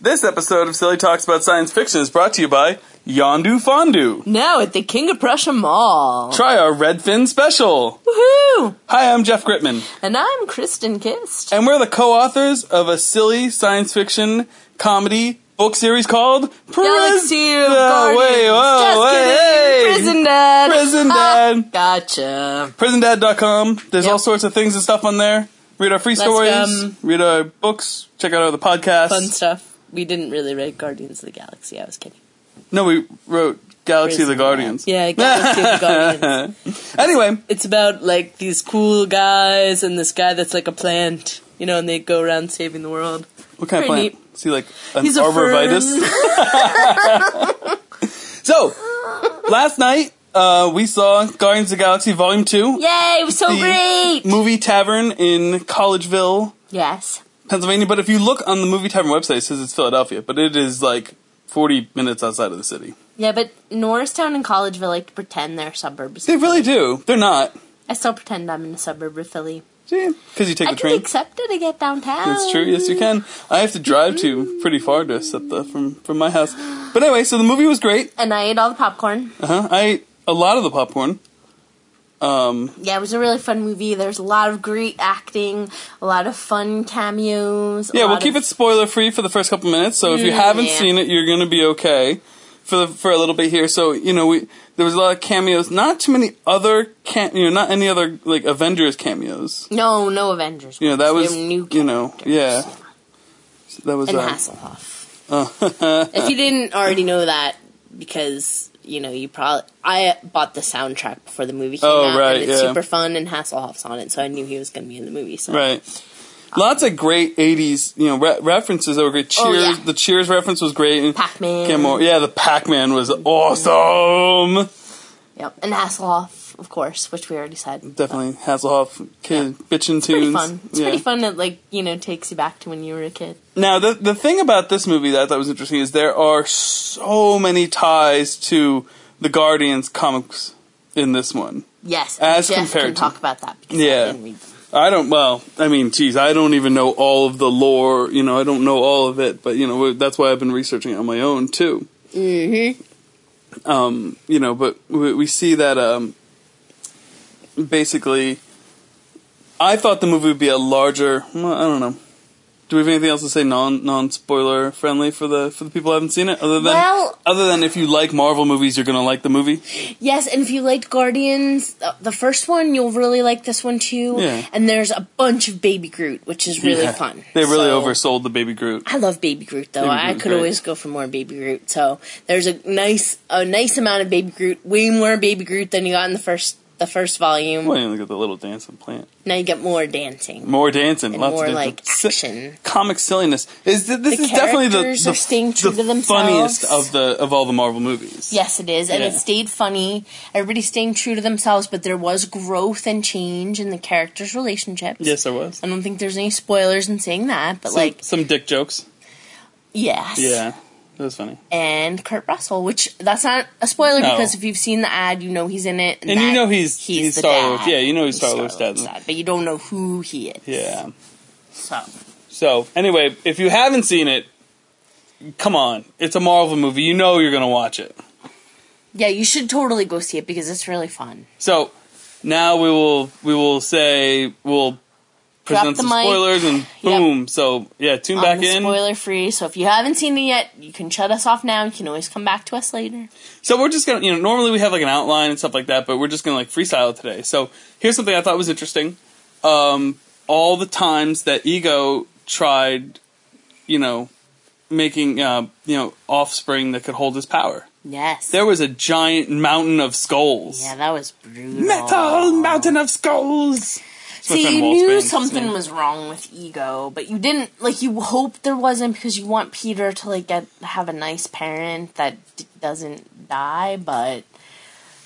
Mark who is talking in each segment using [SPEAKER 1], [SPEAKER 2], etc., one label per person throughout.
[SPEAKER 1] This episode of Silly Talks About Science Fiction is brought to you by Yondu Fondue.
[SPEAKER 2] Now at the King of Prussia Mall.
[SPEAKER 1] Try our Redfin special.
[SPEAKER 2] Woohoo!
[SPEAKER 1] Hi, I'm Jeff Gritman,
[SPEAKER 2] And I'm Kristen Kist.
[SPEAKER 1] and we're the co-authors of a silly science fiction comedy book series called Prison.
[SPEAKER 2] Galaxy of
[SPEAKER 1] Oh,
[SPEAKER 2] Guardians.
[SPEAKER 1] wait, whoa,
[SPEAKER 2] Just kidding.
[SPEAKER 1] wait, hey.
[SPEAKER 2] Prison Dad.
[SPEAKER 1] Prison
[SPEAKER 2] Ah,
[SPEAKER 1] Dad.
[SPEAKER 2] gotcha.
[SPEAKER 1] PrisonDad.com. There's
[SPEAKER 2] Yep.
[SPEAKER 1] all sorts of things and stuff on there. Read our free
[SPEAKER 2] Let's
[SPEAKER 1] stories.
[SPEAKER 2] come.
[SPEAKER 1] Read our books. Check out our other podcasts.
[SPEAKER 2] Fun stuff. We didn't really read Guardians of the Galaxy. I was kidding.
[SPEAKER 1] No, we wrote Galaxy of the
[SPEAKER 2] Prison
[SPEAKER 1] Guardians.
[SPEAKER 2] Dad. Yeah, Galaxy of the Guardians.
[SPEAKER 1] Anyway,
[SPEAKER 2] It's about like these cool guys and this guy that's like a plant, you know, and they go around saving the world.
[SPEAKER 1] what kind
[SPEAKER 2] Pretty
[SPEAKER 1] of plant? See, like an
[SPEAKER 2] He's a
[SPEAKER 1] arborvitus.
[SPEAKER 2] fern.
[SPEAKER 1] so, last night uh, we saw Guardians of the Galaxy Volume Two,
[SPEAKER 2] Yay, it was so
[SPEAKER 1] The
[SPEAKER 2] great.
[SPEAKER 1] movie tavern in Collegeville,
[SPEAKER 2] yes.
[SPEAKER 1] Pennsylvania. But if you look on the movie tavern website, it says it's Philadelphia, but it is like 40 minutes outside of the city.
[SPEAKER 3] Yeah, but Norristown and Collegeville like to pretend they're suburbs.
[SPEAKER 1] They really do. They're not.
[SPEAKER 3] I still pretend I'm in a suburb of Philly.
[SPEAKER 1] Because you take
[SPEAKER 3] I
[SPEAKER 1] the
[SPEAKER 3] can
[SPEAKER 1] train.
[SPEAKER 3] be accepted to get downtown.
[SPEAKER 1] That's true. Yes, you can. I have to drive to pretty far to SEPTA from from my house. But anyway, so the movie was great.
[SPEAKER 3] And I ate all the popcorn.
[SPEAKER 1] Uh-huh. I ate a lot of the popcorn. Um,
[SPEAKER 3] Yeah, it was a really fun movie. There's a lot of great acting, a lot of fun cameos. a
[SPEAKER 1] yeah, we'll
[SPEAKER 3] lot
[SPEAKER 1] keep
[SPEAKER 3] of- Mm,
[SPEAKER 1] it spoiler free for the first couple minutes. So if you haven't
[SPEAKER 3] yeah.
[SPEAKER 1] seen it, you're going to be okay for the, for a little bit here. So you know, we there was a lot of cameos. Not too many other cam- you know, not any other like Avengers cameos.
[SPEAKER 3] No, no Avengers.
[SPEAKER 1] You know, that
[SPEAKER 3] ones.
[SPEAKER 1] was
[SPEAKER 3] They're new
[SPEAKER 1] you know,
[SPEAKER 3] characters.
[SPEAKER 1] yeah. So that was
[SPEAKER 3] And
[SPEAKER 1] uh,
[SPEAKER 3] Hasselhoff. if you didn't already know that, because you know you probably I bought the soundtrack before the movie came
[SPEAKER 1] Oh,
[SPEAKER 3] out,
[SPEAKER 1] right,
[SPEAKER 3] and it's
[SPEAKER 1] yeah.
[SPEAKER 3] super fun, and Hasselhoff's on it, so I knew he was going to be in the movie. So
[SPEAKER 1] Right. Lots of great '80s, you know, re- references that were great. Cheers,
[SPEAKER 3] Oh, yeah.
[SPEAKER 1] the Cheers reference was great. And
[SPEAKER 3] Pac-Man.
[SPEAKER 1] Cam Moore- yeah, the Pac-Man was awesome.
[SPEAKER 3] Yep, and Hasselhoff, of course, which we already said.
[SPEAKER 1] Definitely Hasselhoff, kid, bitchin' tunes.
[SPEAKER 3] Pretty fun. It's
[SPEAKER 1] Yeah.
[SPEAKER 3] pretty fun that like you know takes you back to when you were a kid.
[SPEAKER 1] Now, the the thing about this movie that I thought was interesting is there are so many ties to the Guardians comics in this one.
[SPEAKER 3] Yes,
[SPEAKER 1] As
[SPEAKER 3] Jeff
[SPEAKER 1] compared
[SPEAKER 3] can
[SPEAKER 1] to-
[SPEAKER 3] talk about that. Because
[SPEAKER 1] Yeah.
[SPEAKER 3] I didn't read them.
[SPEAKER 1] I don't. Well, I mean, geez, I don't even know all of the lore. You know, I don't know all of it, but you know, that's why I've been researching it on my own too. Mm-hmm. Um, you know, but we, we see that um, basically. I thought the movie would be a larger. Well, I don't know. Do we have anything else to say non non spoiler friendly for the for the people who haven't seen it? Other than
[SPEAKER 3] Well-
[SPEAKER 1] other than if you like Marvel movies, you're gonna like the movie.
[SPEAKER 3] Yes, and if you liked Guardians, uh, the first one, you'll really like this one too.
[SPEAKER 1] Yeah.
[SPEAKER 3] And there's a bunch of Baby Groot, which is really
[SPEAKER 1] Yeah.
[SPEAKER 3] fun.
[SPEAKER 1] They really
[SPEAKER 3] So-
[SPEAKER 1] oversold the Baby Groot.
[SPEAKER 3] I love Baby Groot though.
[SPEAKER 1] Baby
[SPEAKER 3] I
[SPEAKER 1] Groot's
[SPEAKER 3] could
[SPEAKER 1] great.
[SPEAKER 3] always go for more Baby Groot. So there's a nice a nice amount of Baby Groot. Way more Baby Groot than you got in the first the first volume.
[SPEAKER 1] Well, you look at the little dancing plant.
[SPEAKER 3] Now you get more dancing.
[SPEAKER 1] More dancing, lots
[SPEAKER 3] more,
[SPEAKER 1] of different
[SPEAKER 3] like, action.
[SPEAKER 1] comic silliness. Is th- this
[SPEAKER 3] The
[SPEAKER 1] is definitely the,
[SPEAKER 3] characters
[SPEAKER 1] the-
[SPEAKER 3] are staying true
[SPEAKER 1] the
[SPEAKER 3] to themselves.
[SPEAKER 1] funniest of the of all the Marvel movies.
[SPEAKER 3] Yes, it is, and it
[SPEAKER 1] Yeah.
[SPEAKER 3] stayed funny. Everybody's staying true to themselves, but there was growth and change in the characters' relationships.
[SPEAKER 1] yes, there was
[SPEAKER 3] I don't think there's any spoilers in saying that, but
[SPEAKER 1] some,
[SPEAKER 3] like,
[SPEAKER 1] some dick jokes.
[SPEAKER 3] yes,
[SPEAKER 1] Yeah, that was funny.
[SPEAKER 3] and Kurt Russell, which that's not a spoiler
[SPEAKER 1] No.
[SPEAKER 3] because if you've seen the ad, you know he's in it,
[SPEAKER 1] And you
[SPEAKER 3] that
[SPEAKER 1] know he's- he's
[SPEAKER 3] the
[SPEAKER 1] Star-Lord.
[SPEAKER 3] dad.
[SPEAKER 1] Yeah, you know he's Star-Lord's dad.
[SPEAKER 3] but you don't know who he is.
[SPEAKER 1] Yeah.
[SPEAKER 3] So
[SPEAKER 1] So anyway, if you haven't seen it, come on, it's a Marvel movie. You know you're gonna watch it.
[SPEAKER 3] yeah, you should totally go see it because it's really fun.
[SPEAKER 1] So now we will we will say we'll present
[SPEAKER 3] the
[SPEAKER 1] some
[SPEAKER 3] mic.
[SPEAKER 1] spoilers and
[SPEAKER 3] Yep.
[SPEAKER 1] boom. So yeah, tune back
[SPEAKER 3] on the
[SPEAKER 1] in.
[SPEAKER 3] spoiler free. So if you haven't seen it yet, you can shut us off now. You can always come back to us later.
[SPEAKER 1] So we're just gonna, you know, normally we have like an outline and stuff like that, but we're just gonna like freestyle it today. So here's something I thought was interesting. Um, all the times that Ego tried, you know, making, uh, you know, offspring that could hold his power.
[SPEAKER 3] Yes.
[SPEAKER 1] There was a giant mountain of skulls.
[SPEAKER 3] yeah, that was brutal.
[SPEAKER 1] Metal mountain of skulls. That's my
[SPEAKER 3] See,
[SPEAKER 1] friend
[SPEAKER 3] you
[SPEAKER 1] Walt's
[SPEAKER 3] knew
[SPEAKER 1] band's
[SPEAKER 3] something
[SPEAKER 1] name.
[SPEAKER 3] was wrong with ego, but you didn't like. You hoped there wasn't because you want Peter to like get have a nice parent that d- doesn't die. But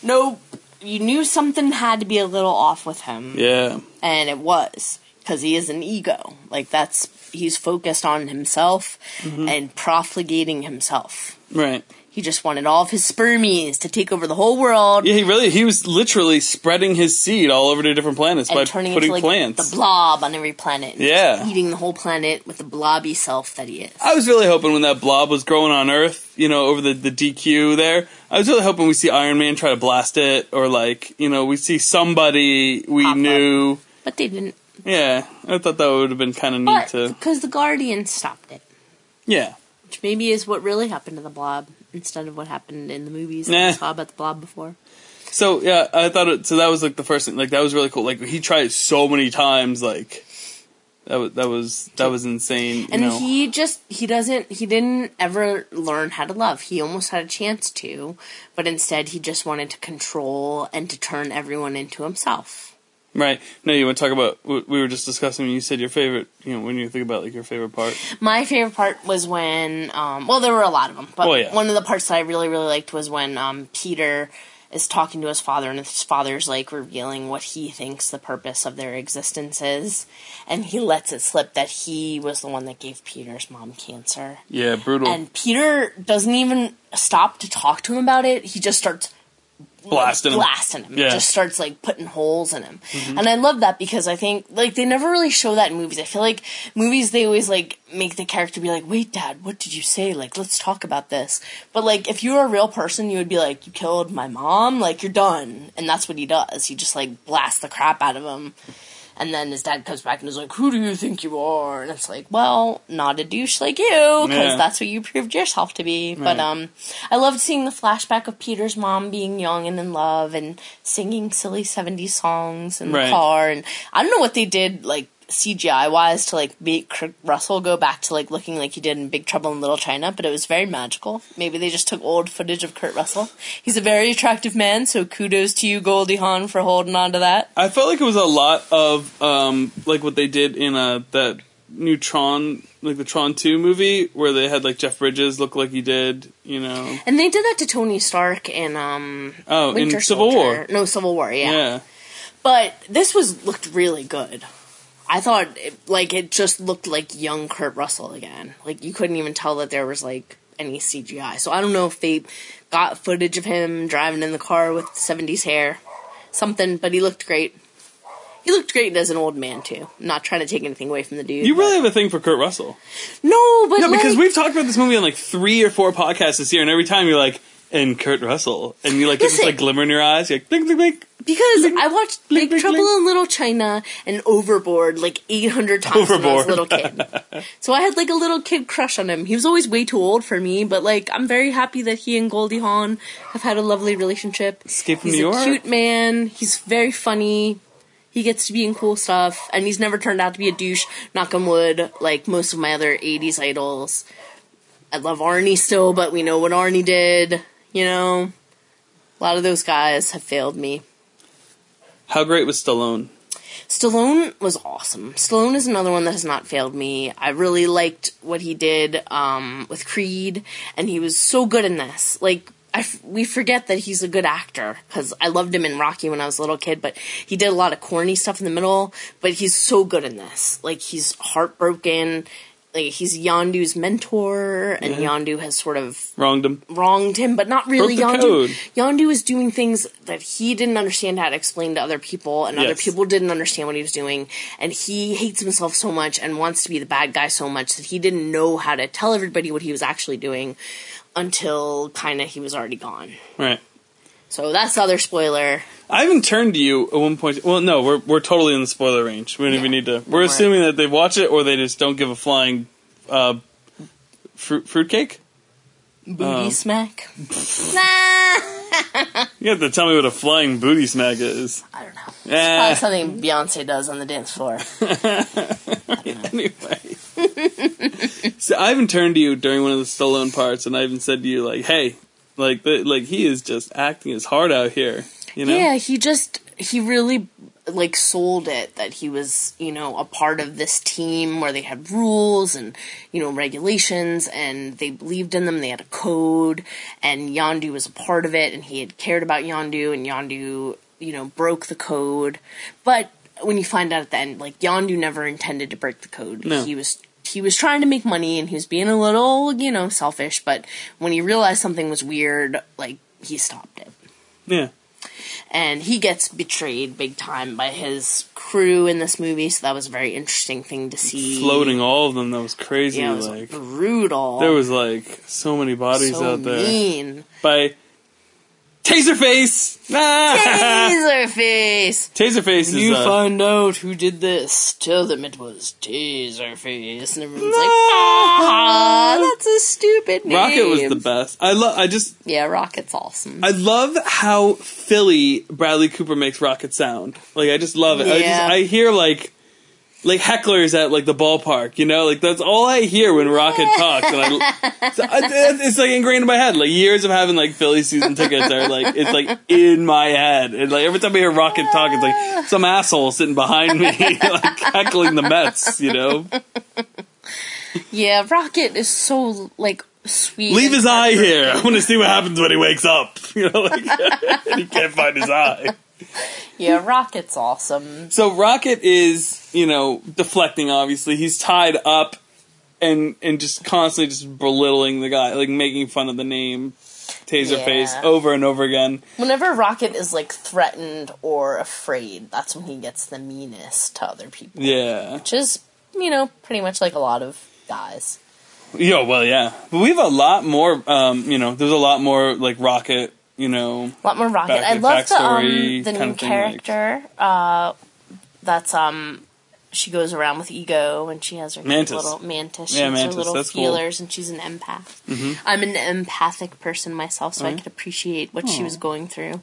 [SPEAKER 3] nope, you knew something had to be a little off with him,
[SPEAKER 1] Yeah.
[SPEAKER 3] and it was because he is an ego. Like that's he's focused on himself
[SPEAKER 1] Mm-hmm.
[SPEAKER 3] and profligating himself.
[SPEAKER 1] Right.
[SPEAKER 3] He just wanted all of his spermies to take over the whole world
[SPEAKER 1] Yeah, he really he was literally spreading his seed all over to different planets by
[SPEAKER 3] and turning
[SPEAKER 1] putting
[SPEAKER 3] into like
[SPEAKER 1] plants.
[SPEAKER 3] the blob on every planet. and
[SPEAKER 1] Yeah.
[SPEAKER 3] just eating the whole planet with the blobby self that he is.
[SPEAKER 1] I was really hoping when that blob was growing on Earth, you know, over the, the DQ there, I was really hoping we see Iron Man try to blast it, or like, you know, we see somebody we
[SPEAKER 3] Pop up.
[SPEAKER 1] knew.
[SPEAKER 3] But they didn't.
[SPEAKER 1] Yeah, I thought that would have been kind of neat
[SPEAKER 3] But
[SPEAKER 1] to.
[SPEAKER 3] because the Guardian stopped it,
[SPEAKER 1] Yeah,
[SPEAKER 3] which maybe is what really happened to the blob instead of what happened in the movies that
[SPEAKER 1] Nah.
[SPEAKER 3] we saw about the blob before.
[SPEAKER 1] so yeah, I thought it, so. That was like the first thing. Like that was really cool. Like he tried so many times. Like that was that was that was insane. You
[SPEAKER 3] And
[SPEAKER 1] know.
[SPEAKER 3] he just he doesn't he didn't ever learn how to love. He almost had a chance to, but instead he just wanted to control and to turn everyone into himself.
[SPEAKER 1] right? No, you want to talk about what we were just discussing. when You said your favorite. You know, when you think about like your favorite part.
[SPEAKER 3] My favorite part was when um well there were a lot of them, but
[SPEAKER 1] Oh, yeah.
[SPEAKER 3] one of the parts that I really really liked was when um Peter is talking to his father and his father's like revealing what he thinks the purpose of their existence is and he lets it slip that he was the one that gave Peter's mom cancer.
[SPEAKER 1] Yeah, brutal.
[SPEAKER 3] And Peter doesn't even stop to talk to him about it. He just starts
[SPEAKER 1] Blasting him.
[SPEAKER 3] blasting him.
[SPEAKER 1] Yeah. Mm-hmm.
[SPEAKER 3] Just starts like putting holes in him. And I love that because I think like they never really show that in movies. I feel like movies they always like make the character be like, "Wait, dad, what did you say? Like, let's talk about this." But like if you were a real person, you would be like, "You killed my mom. Like, you're done." And that's what he does. He just like blasts the crap out of him. And then his dad comes back and is like, "Who do you think you are?" And it's like, "Well, not a douche like you, because
[SPEAKER 1] Yeah.
[SPEAKER 3] that's what you proved yourself to be." But um, I loved seeing the flashback of Peter's mom being young and in love and singing silly '70s songs in
[SPEAKER 1] Right.
[SPEAKER 3] the car. And I don't know what they did like CGI wise to like make Kurt Russell go back to like looking like he did in Big Trouble in Little China, but it was very magical. Maybe they just took old footage of Kurt Russell. He's a very attractive man, so kudos to you, Goldie Hawn, for holding on to that.
[SPEAKER 1] I felt like it was a lot of um, like what they did in uh, that new Tron, like the Tron Two movie, where they had like Jeff Bridges look like he did, you know?
[SPEAKER 3] And they did that to Tony Stark in um
[SPEAKER 1] Oh,
[SPEAKER 3] Winter
[SPEAKER 1] in Civil
[SPEAKER 3] Soldier.
[SPEAKER 1] War.
[SPEAKER 3] No, Civil War, yeah.
[SPEAKER 1] Yeah,
[SPEAKER 3] But this was looked really good. I thought it, like it just looked like young Kurt Russell again. Like you couldn't even tell that there was like any CGI. So I don't know if they got footage of him driving in the car with 70s hair, something, but he looked great. He looked great as an old man too. not trying to take anything away from the dude.
[SPEAKER 1] you
[SPEAKER 3] but-
[SPEAKER 1] really have a thing for Kurt Russell.
[SPEAKER 3] No, but
[SPEAKER 1] No, because
[SPEAKER 3] like-
[SPEAKER 1] we've talked about this movie on like three or four podcasts this year, and every time you're like, and Kurt Russell, and you like get this
[SPEAKER 3] Listen.
[SPEAKER 1] like glimmer in your eyes, you're like, blink, blink, blink.
[SPEAKER 3] Because I watched Big
[SPEAKER 1] blink,
[SPEAKER 3] Trouble
[SPEAKER 1] blink.
[SPEAKER 3] in Little China and Overboard like 800 times when I
[SPEAKER 1] Overboard.
[SPEAKER 3] was a little kid. so I had like a little kid crush on him. He was always way too old for me, but like I'm very happy that he and Goldie Hawn have had a lovely relationship.
[SPEAKER 1] Escape from
[SPEAKER 3] He's
[SPEAKER 1] New
[SPEAKER 3] a
[SPEAKER 1] York.
[SPEAKER 3] cute man. He's very funny. He gets to be in cool stuff, and he's never turned out to be a douche. Knock on wood, like most of my other '80s idols. I love Arnie still, but we know what Arnie did. You know, a lot of those guys have failed me.
[SPEAKER 1] How great was Stallone?
[SPEAKER 3] Stallone was awesome. Stallone is another one that has not failed me. I really liked what he did um, with Creed, and he was so good in this. Like, I f- we forget that he's a good actor because I loved him in Rocky when I was a little kid, but he did a lot of corny stuff in the middle. But he's so good in this. Like, he's heartbroken. Like, he's Yondu's mentor, and Yondu has sort of
[SPEAKER 1] Wronged him.
[SPEAKER 3] wronged him, but not really.
[SPEAKER 1] Broke the
[SPEAKER 3] Yondu,
[SPEAKER 1] code.
[SPEAKER 3] Yondu was doing things that he didn't understand how to explain to other people, and other
[SPEAKER 1] Yes.
[SPEAKER 3] people didn't understand what he was doing. And he hates himself so much and wants to be the bad guy so much that he didn't know how to tell everybody what he was actually doing until kind of he was already gone.
[SPEAKER 1] Right.
[SPEAKER 3] So that's the other spoiler.
[SPEAKER 1] I even turned to you at one point. Well, no, we're we're totally in the spoiler range. We don't even need to. We're
[SPEAKER 3] Right.
[SPEAKER 1] assuming that they watch it or they just don't give a flying uh, fruit fruitcake. Um,
[SPEAKER 3] Booty smack.
[SPEAKER 1] You have to tell me what a flying booty smack is.
[SPEAKER 3] I don't know. Probably
[SPEAKER 1] Eh,
[SPEAKER 3] something Beyonce does on the dance floor.
[SPEAKER 1] anyway. so I even turned to you during one of the Stallone parts, and I even said to you like, "Hey, like, the, like he is just acting his heart out here." You know?
[SPEAKER 3] Yeah, he just he really like sold it that he was, you know, a part of this team where they had rules and, you know, regulations and they believed in them, they had a code and Yondu was a part of it and he had cared about Yondu and Yondu, you know, broke the code. But when you find out at the end, like Yondu never intended to break the code.
[SPEAKER 1] No.
[SPEAKER 3] He was he was trying to make money and he was being a little, you know, selfish, but when he realized something was weird, like he stopped it.
[SPEAKER 1] Yeah.
[SPEAKER 3] And he gets betrayed big time by his crew in this movie, so that was a very interesting thing to see.
[SPEAKER 1] Floating all of them, that was crazy.
[SPEAKER 3] yeah, it was
[SPEAKER 1] like
[SPEAKER 3] brutal.
[SPEAKER 1] there was like so many bodies
[SPEAKER 3] so
[SPEAKER 1] out there.
[SPEAKER 3] mean.
[SPEAKER 1] By Taserface. Ah!
[SPEAKER 3] Taserface.
[SPEAKER 1] Taserface is
[SPEAKER 3] you
[SPEAKER 1] uh,
[SPEAKER 3] find out who did this, tell them it was Taserface. And everyone's like, ah, that's a stupid name.
[SPEAKER 1] Rocket was the best. I love. I just
[SPEAKER 3] Yeah, Rocket's awesome.
[SPEAKER 1] I love how Philly Bradley Cooper makes Rocket sound. Like I just love it. I just
[SPEAKER 3] Yeah.
[SPEAKER 1] I hear like like hecklers at like the ballpark, you know? Like that's all I hear when Rocket talks and I so I- it's like ingrained in my head. Like years of having like Philly season tickets are like it's like in my head. And like every time I hear Rocket talk it's like some asshole sitting behind me like heckling the Mets, you know?
[SPEAKER 3] yeah, Rocket is so, like, sweet.
[SPEAKER 1] Leave
[SPEAKER 3] and
[SPEAKER 1] his eye
[SPEAKER 3] heartbroken.
[SPEAKER 1] here. I want to see what happens when he wakes up. You know, like he can't find his eye.
[SPEAKER 3] Yeah, Rocket's awesome.
[SPEAKER 1] So Rocket is, you know, deflecting. Obviously, he's tied up and and just constantly just belittling the guy, like making fun of the name Taserface
[SPEAKER 3] Yeah.
[SPEAKER 1] over and over again.
[SPEAKER 3] Whenever Rocket is, like, threatened or afraid, that's when he gets the meanest to other people.
[SPEAKER 1] Yeah.
[SPEAKER 3] Which is, you know, pretty much like a lot of guys.
[SPEAKER 1] Yo, well, yeah. But we have a lot more. Um, you know, there's a lot more like Rocket. You know,
[SPEAKER 3] A lot more Rocket.
[SPEAKER 1] Back-
[SPEAKER 3] I love the um,
[SPEAKER 1] backstory
[SPEAKER 3] the
[SPEAKER 1] kind
[SPEAKER 3] new
[SPEAKER 1] of thing, like-
[SPEAKER 3] character. Uh, that's um, she goes around with ego and she has her
[SPEAKER 1] Mantis.
[SPEAKER 3] little mantis. She
[SPEAKER 1] Yeah,
[SPEAKER 3] has
[SPEAKER 1] Mantis,
[SPEAKER 3] her little
[SPEAKER 1] that's cool. Mm-hmm.
[SPEAKER 3] feelers, and she's an empath. I'm an empathic person myself, so I could appreciate what she was going through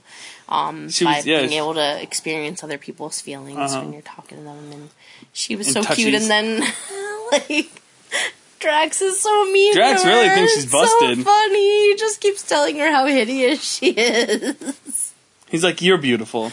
[SPEAKER 3] um,
[SPEAKER 1] She
[SPEAKER 3] by
[SPEAKER 1] was- yeah,
[SPEAKER 3] being
[SPEAKER 1] she- Uh-huh.
[SPEAKER 3] able to experience other people's feelings when you're talking to them. And she was
[SPEAKER 1] And
[SPEAKER 3] so cute,
[SPEAKER 1] touchies.
[SPEAKER 3] and then like. Drax is so mean.
[SPEAKER 1] Drax
[SPEAKER 3] to
[SPEAKER 1] really
[SPEAKER 3] her.
[SPEAKER 1] thinks she's
[SPEAKER 3] It's So
[SPEAKER 1] busted.
[SPEAKER 3] funny. He just keeps telling her how hideous she is.
[SPEAKER 1] he's like, "You're beautiful."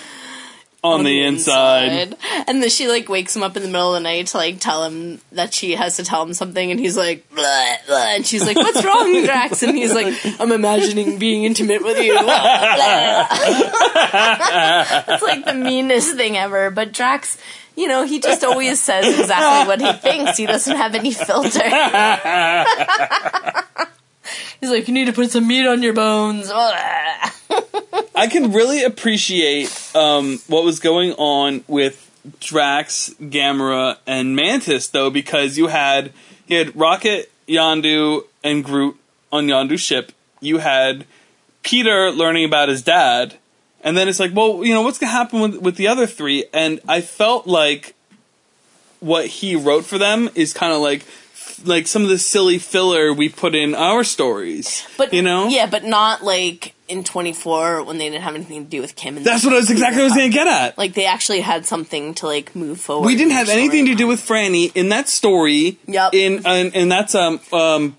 [SPEAKER 1] On, the, inside.
[SPEAKER 3] inside. And then she like wakes him up in the middle of the night to like tell him that she has to tell him something, and he's like, blah, blah. and she's like, "What's wrong, Drax?" And he's like, "I'm imagining being intimate with you." Blah, blah. it's like the meanest thing ever. But Drax, you know, he just always says exactly what he thinks. He doesn't have any filter. he's like, "You need to put some meat on your bones." Blah.
[SPEAKER 1] I can really appreciate um, what was going on with Drax, Gamora, and Mantis though, because you had you had Rocket, Yondu, and Groot on Yondu's ship. You had Peter learning about his dad, and then it's like, well, you know, what's gonna happen with with the other three? And I felt like what he wrote for them is kind of like like some of the silly filler we put in our stories.
[SPEAKER 3] But
[SPEAKER 1] you know,
[SPEAKER 3] yeah, but not like in 24 when they didn't have anything to do with Kim. And
[SPEAKER 1] That's what I was exactly what I was gonna get at.
[SPEAKER 3] like they actually had something to like move forward.
[SPEAKER 1] We didn't
[SPEAKER 3] in
[SPEAKER 1] have
[SPEAKER 3] their
[SPEAKER 1] anything to
[SPEAKER 3] storyline.
[SPEAKER 1] do with Franny in that story.
[SPEAKER 3] Yep.
[SPEAKER 1] In and, and that's um um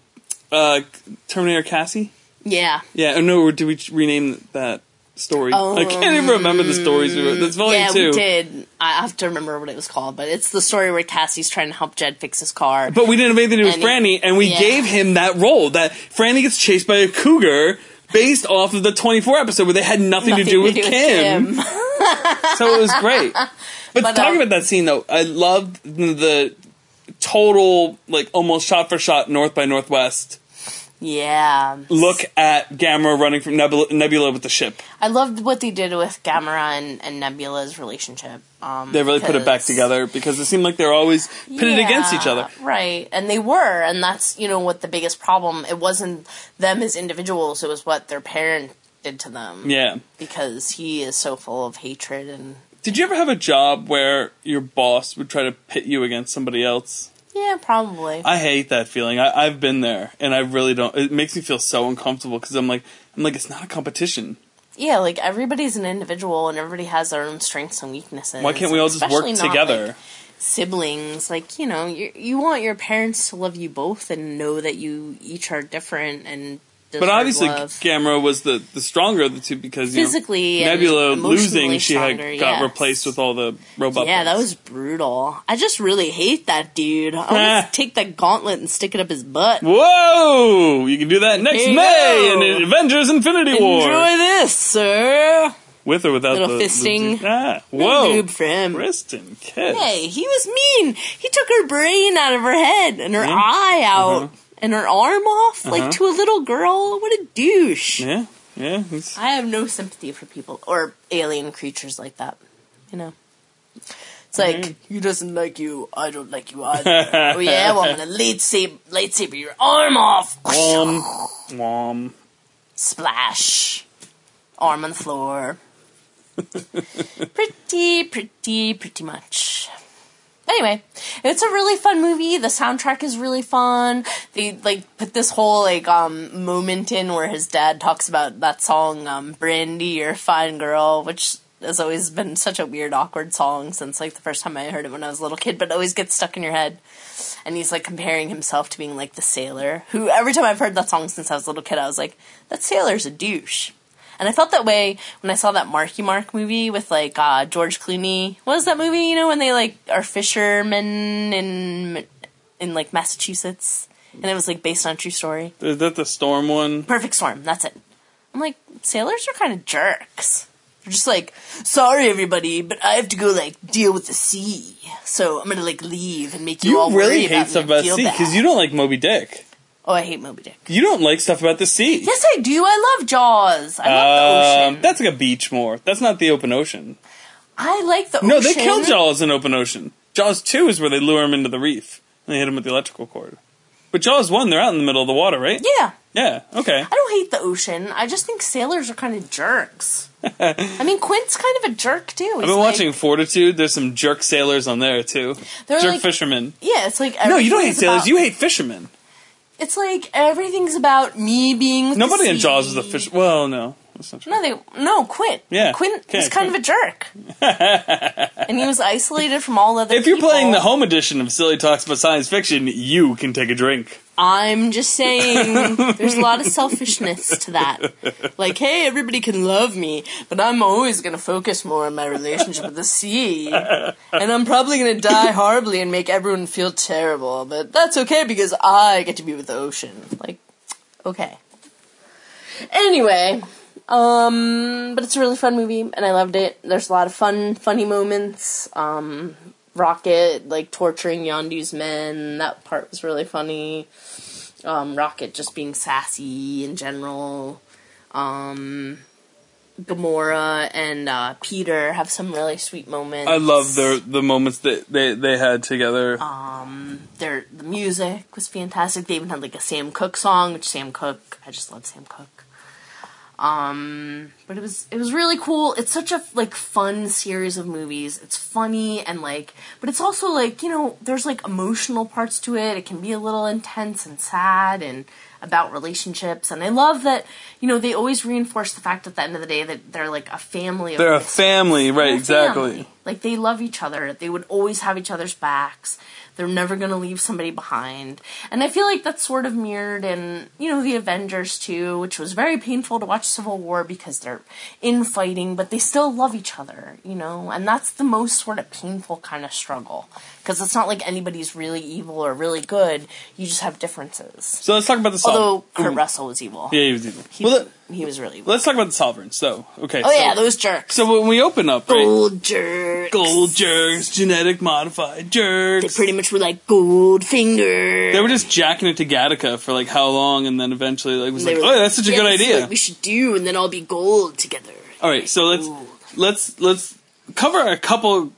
[SPEAKER 1] uh Terminator Cassie.
[SPEAKER 3] Yeah,
[SPEAKER 1] Yeah. Oh no, or did we rename that story? I can't even remember the stories we wrote. That's volume
[SPEAKER 3] Oh. yeah,
[SPEAKER 1] two.
[SPEAKER 3] we did. I have to remember what it was called, but it's the story where Cassie's trying to help Jed fix his car.
[SPEAKER 1] But we didn't have anything to do with
[SPEAKER 3] And-
[SPEAKER 1] Franny, and we
[SPEAKER 3] yeah.
[SPEAKER 1] gave him that role that Franny gets chased by a cougar. Based off of the 24 episode where they had nothing,
[SPEAKER 3] Nothing
[SPEAKER 1] to do with Kim. so it was great. But,
[SPEAKER 3] But,
[SPEAKER 1] talking
[SPEAKER 3] uh,
[SPEAKER 1] about that scene though, I loved the total like almost shot for shot North by Northwest
[SPEAKER 3] Yeah,
[SPEAKER 1] look at Gamma running from Nebula, Nebula with the ship.
[SPEAKER 3] I loved what they did with Gamora and, and Nebula's relationship. Um,
[SPEAKER 1] They really put it back
[SPEAKER 3] because-
[SPEAKER 1] together because it seemed like they're always pitted
[SPEAKER 3] Yeah,
[SPEAKER 1] against each other.
[SPEAKER 3] Right. And they were, and that's, you know, what the biggest problem. It wasn't them as individuals, it was what their parent did to them.
[SPEAKER 1] Yeah.
[SPEAKER 3] Because he is so full of hatred and
[SPEAKER 1] Did you ever have a job where your boss would try to pit you against somebody else?
[SPEAKER 3] Yeah, probably.
[SPEAKER 1] I hate that feeling. I, I've been there, and I really don't. It makes me feel so uncomfortable because I'm like, I'm like, it's not a competition.
[SPEAKER 3] yeah, like everybody's an individual and everybody has their own strengths and weaknesses.
[SPEAKER 1] Why can't we all just work
[SPEAKER 3] Especially not,
[SPEAKER 1] together?
[SPEAKER 3] like, siblings, like, you know, you you want your parents to love you both and know that you each are different and
[SPEAKER 1] but
[SPEAKER 3] deserve
[SPEAKER 1] obviously,
[SPEAKER 3] love.
[SPEAKER 1] Gamora was the, the stronger of the two because you know,
[SPEAKER 3] Physically and
[SPEAKER 1] Nebula
[SPEAKER 3] emotionally
[SPEAKER 1] losing, she had
[SPEAKER 3] stronger,
[SPEAKER 1] got
[SPEAKER 3] yes.
[SPEAKER 1] replaced with all the robot.
[SPEAKER 3] Yeah, that
[SPEAKER 1] things.
[SPEAKER 3] was brutal. I just really hate that dude. I want to take that gauntlet and stick it up his butt.
[SPEAKER 1] Whoa! You can do that next
[SPEAKER 3] There you
[SPEAKER 1] May
[SPEAKER 3] go.
[SPEAKER 1] in Avengers Infinity War.
[SPEAKER 3] Enjoy this, sir.
[SPEAKER 1] with or without
[SPEAKER 3] Little
[SPEAKER 1] the the
[SPEAKER 3] fisting.
[SPEAKER 1] dude? ah, whoa,
[SPEAKER 3] Noob for him.
[SPEAKER 1] Kristen Kiss.
[SPEAKER 3] Hey, he was mean. He took her brain out of her head and her
[SPEAKER 1] Yeah.
[SPEAKER 3] eye out and her arm off,
[SPEAKER 1] Uh-huh.
[SPEAKER 3] like to a little girl. What a douche.
[SPEAKER 1] Yeah, yeah, he's-
[SPEAKER 3] I have no sympathy for people or alien creatures like that. You know? It's like,
[SPEAKER 1] Mm-hmm.
[SPEAKER 3] he doesn't like you, I don't like you either. oh yeah, well, I'm gonna lightsaber, lightsaber your arm off.
[SPEAKER 1] Wom, wom.
[SPEAKER 3] Splash. Arm on the floor. pretty, pretty, pretty much. Anyway, it's a really fun movie. The soundtrack is really fun. They like put this whole like um moment in where his dad talks about that song um Brandy You're a Fine Girl, which has always been such a weird awkward song since like the first time I heard it when I was a little kid, but it always gets stuck in your head and he's like comparing himself to being like the sailor who every time i've heard that song since i was a little kid i was like that sailor's a douche and i felt that way when i saw that marky mark movie with like uh, george clooney what was that movie you know when they like are fishermen in in like massachusetts and it was like based on a true story
[SPEAKER 1] Is that the storm one?
[SPEAKER 3] perfect storm that's it i'm like sailors are kind of jerks they're just like sorry everybody but i have to go like deal with the sea so i'm gonna like leave and make you, all
[SPEAKER 1] You
[SPEAKER 3] worry
[SPEAKER 1] really
[SPEAKER 3] about
[SPEAKER 1] hate
[SPEAKER 3] me
[SPEAKER 1] stuff
[SPEAKER 3] and
[SPEAKER 1] about
[SPEAKER 3] feel
[SPEAKER 1] sea because
[SPEAKER 3] bad."
[SPEAKER 1] you don't like Moby Dick.
[SPEAKER 3] Oh, I hate Moby Dick.
[SPEAKER 1] You don't like stuff about the sea.
[SPEAKER 3] Yes, I do. I love Jaws. I love the
[SPEAKER 1] Um,
[SPEAKER 3] ocean.
[SPEAKER 1] that's like a beach more. That's not the open ocean.
[SPEAKER 3] I like the ocean.
[SPEAKER 1] No, they killed Jaws in open ocean. Jaws two is where they lure him into the reef and they hit him with the electrical cord. But Jaws one, they're out in the middle of the water, right?
[SPEAKER 3] Yeah.
[SPEAKER 1] Yeah. Okay.
[SPEAKER 3] I don't hate the ocean. I just think sailors are kind of jerks. I mean, Quint's kind of a jerk, too.
[SPEAKER 1] I've been watching Fortitude. There's some jerk sailors on there too.
[SPEAKER 3] They're
[SPEAKER 1] jerk
[SPEAKER 3] like-
[SPEAKER 1] fishermen.
[SPEAKER 3] Yeah, it's like.
[SPEAKER 1] No, you don't hate
[SPEAKER 3] everything's
[SPEAKER 1] sailors.
[SPEAKER 3] about-
[SPEAKER 1] You hate fishermen.
[SPEAKER 3] It's like everything's about me being. with the
[SPEAKER 1] Nobody in
[SPEAKER 3] sea.
[SPEAKER 1] Jaws is a fish. Well, no, that's not true.
[SPEAKER 3] No, they no Quint.
[SPEAKER 1] Yeah,
[SPEAKER 3] Quint
[SPEAKER 1] okay,
[SPEAKER 3] was kind of a jerk, and he was isolated from all other.
[SPEAKER 1] If you're
[SPEAKER 3] people.
[SPEAKER 1] playing the home edition of Silly Talks About Science Fiction, you can take a drink.
[SPEAKER 3] I'm just saying, there's a lot of selfishness to that. Like, hey, everybody can love me, but I'm always going to focus more on my relationship with the sea. And I'm probably going to die horribly and make everyone feel terrible, but that's okay because I get to be with the ocean. Like, okay. Anyway, um, but it's a really fun movie, and I loved it. There's a lot of fun, funny moments. Um, Rocket, like, torturing Yondu's men, that part was really funny um, Rocket just being sassy in general. Um, Gamora and uh, Peter have some really sweet moments.
[SPEAKER 1] I love the the moments that they, they had together.
[SPEAKER 3] Um, their the music was fantastic. They even had like a Sam Cooke song, which Sam Cooke, I just love Sam Cooke. Um, but it was it was really cool. It's such a like fun series of movies. It's funny and like, but it's also like you know there's like emotional parts to it. It can be a little intense and sad and about relationships. And I love that you know they always reinforce the fact at the end of the day that they're like a family. Of
[SPEAKER 1] They're a
[SPEAKER 3] misfits.
[SPEAKER 1] family, right?
[SPEAKER 3] They're
[SPEAKER 1] Exactly.
[SPEAKER 3] family. Like they love each other. They would always have each other's backs. They're never going to leave somebody behind. And I feel like that's sort of mirrored in, you know, the Avengers too, which was very painful to watch Civil War because they're infighting, but they still love each other, you know? And that's the most sort of painful kind of struggle because it's not like anybody's really evil or really good. You just have differences.
[SPEAKER 1] So let's talk about the sovereign.
[SPEAKER 3] Although Kurt Russell was evil.
[SPEAKER 1] Um, mm. yeah, he was evil.
[SPEAKER 3] He,
[SPEAKER 1] well, let,
[SPEAKER 3] he was really evil.
[SPEAKER 1] let's talk about the sovereigns. So okay.
[SPEAKER 3] Oh
[SPEAKER 1] so,
[SPEAKER 3] yeah, those jerks.
[SPEAKER 1] so when we open up, right?
[SPEAKER 3] Gold jerks.
[SPEAKER 1] Gold jerks, genetic modified
[SPEAKER 3] They
[SPEAKER 1] jerks.
[SPEAKER 3] pretty much were like gold finger.
[SPEAKER 1] They were just jacking it to Gattaca for like how long, and then eventually like was
[SPEAKER 3] They
[SPEAKER 1] like,
[SPEAKER 3] were
[SPEAKER 1] oh, that's such a
[SPEAKER 3] "Yeah,
[SPEAKER 1] good
[SPEAKER 3] this is
[SPEAKER 1] idea.
[SPEAKER 3] what we should do, and then all be gold together.
[SPEAKER 1] All right, so let's
[SPEAKER 3] Ooh.
[SPEAKER 1] let's let's cover a couple